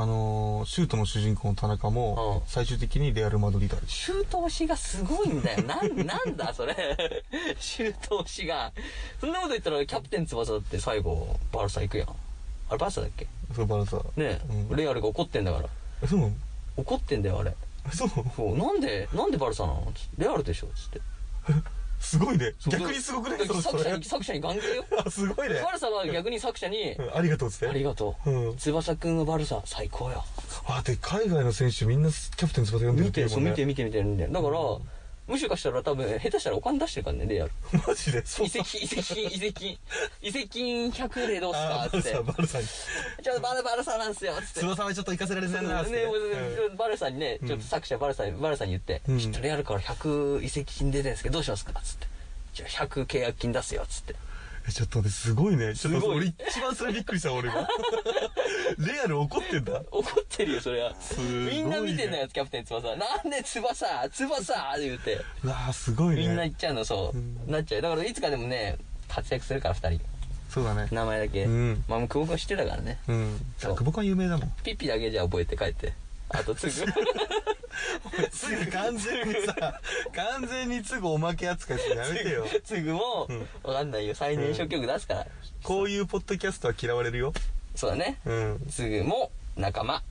S3: あのー、シュートの主人公の田中も
S1: う、ん
S3: 最終的にレアル・マドリードでし
S1: 周到しがすごいんだよ。 [LAUGHS] なん、なんだそれ。 [LAUGHS] 周到しが。そんなこと言ったら、キャプテン翼だって最後、バルサ行くやん。あれバルサだっけ
S3: ょ。そう、バランスは。
S1: ねえ、
S3: うん
S1: レアルが怒ってんだから。
S3: そう
S1: 怒ってんだよ、あれ。
S3: そう
S1: そうなんで、なんでバルサなのつってレアルでしょつって。
S3: すごいね。
S1: そう
S3: 逆にすごくない
S1: だから
S3: そ
S1: 作者
S3: れ
S1: に、。作者に関
S3: [LAUGHS]
S1: 係よ。
S3: あ、すごいね。
S1: バルサは逆に作者に
S3: う、んありがとうっつって。
S1: ありがとう。
S3: うん
S1: 翼くんのバルサ、最高よ。
S3: あ、で、海外の選手みんなキャプテン翼呼んでる
S1: 見
S3: っ
S1: て、
S3: ていうも
S1: そ
S3: ん
S1: う、
S3: ね
S1: 見て、見て、見てるんだよ。だから、もしかしたら多分、下手したらお金出してるからね、レアル。
S3: マジで、そ
S1: 移籍、移籍、移籍、移籍金100でどうすか
S3: あー
S1: っつって。
S3: バルサ、バルサに。
S1: ちょっとバルバルさなんすよ、つって。
S3: 翼はちょっと行かせられてんな、つって
S1: ね、もうちょバルさんにね、ちょっと作者バルさん、バルさんに言って、
S3: うん
S1: ちょっとレアルから100移籍金出てるんですけど、どうしますかつって。じゃあ100契約金出すよ、つって。
S3: えちょっと待って、すごいね。ちょっ
S1: す
S3: と
S1: ごい
S3: 俺一番それびっくりした、 [LAUGHS] 俺は。レアル怒ってんだ。
S1: 怒ってるよ、それは。
S3: ごいね
S1: みんな見てんのよ、キャプテン翼。なんで翼翼って言って。
S3: うわあすごいね。
S1: みんな言っちゃうの、そうう。なっちゃう。だからいつかでもね、活躍するから、二人。
S3: そうだね。
S1: 名前だけ。
S3: うん
S1: まあ、もう久保君知ってたからね。
S3: うん。
S1: そう
S3: 久保君は有名だもん。
S1: ピッピだけじゃ覚えて帰って。あとすぐ。
S3: すぐ完全にさ、完全にすぐおまけ扱いするのやめて [LAUGHS] よ。
S1: [LAUGHS] すぐも、わかんないよ。最年少曲出すから。
S3: こういうポッドキャストは嫌われるよ。
S1: そうだね。
S3: うん。
S1: すぐも、仲
S3: [LAUGHS]
S1: 間。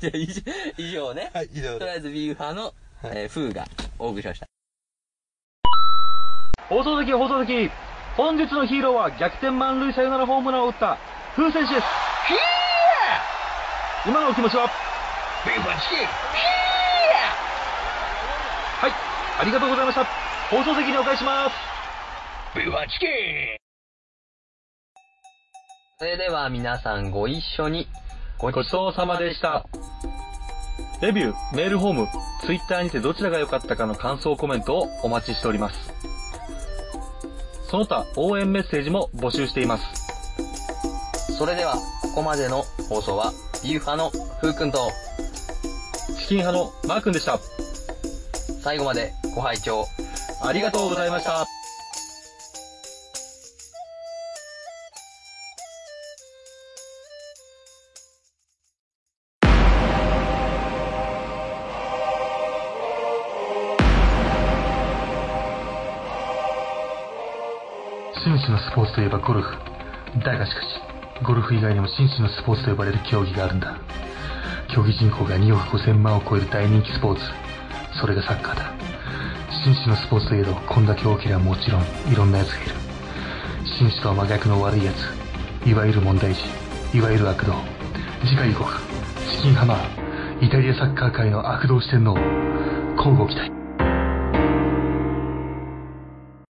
S1: じゃあ、以上以上ね。
S3: はい、以上
S1: とりあ
S3: で
S1: えずビーファーの、えー、フーがお送りしました。
S2: 放送席、放送席。本日のヒーローは逆転満塁サヨナラホームランを打った、風選手です。今のお気持ちははい、ありがとうございました。放送席にお返しします。
S1: それでは皆さんご一緒にご
S2: ごちそうさまでした。レビュー、メールフォーム、ツイッターにてどちらが良かったかの感想コメントをお待ちしております。その他、応援メッセージも募集しています。
S1: それではここまでの放送はビーファのふうくんと
S2: チキン派のマー君でした。
S1: 最後までご拝聴
S2: ありがとうございました。
S4: 紳士のスポーツといえばゴルフだがしかしゴルフ以外にも紳士のスポーツと呼ばれる競技があるんだ競技人口が2億5000万を超える大人気スポーツそれがサッカーだ紳士のスポーツといえどこんだけ大きなもちろんいろんな奴がいる紳士とは真逆の悪い奴いわゆる問題児いわゆる悪道次回予告チキンハマーイタリアサッカー界の悪道四天王交互期待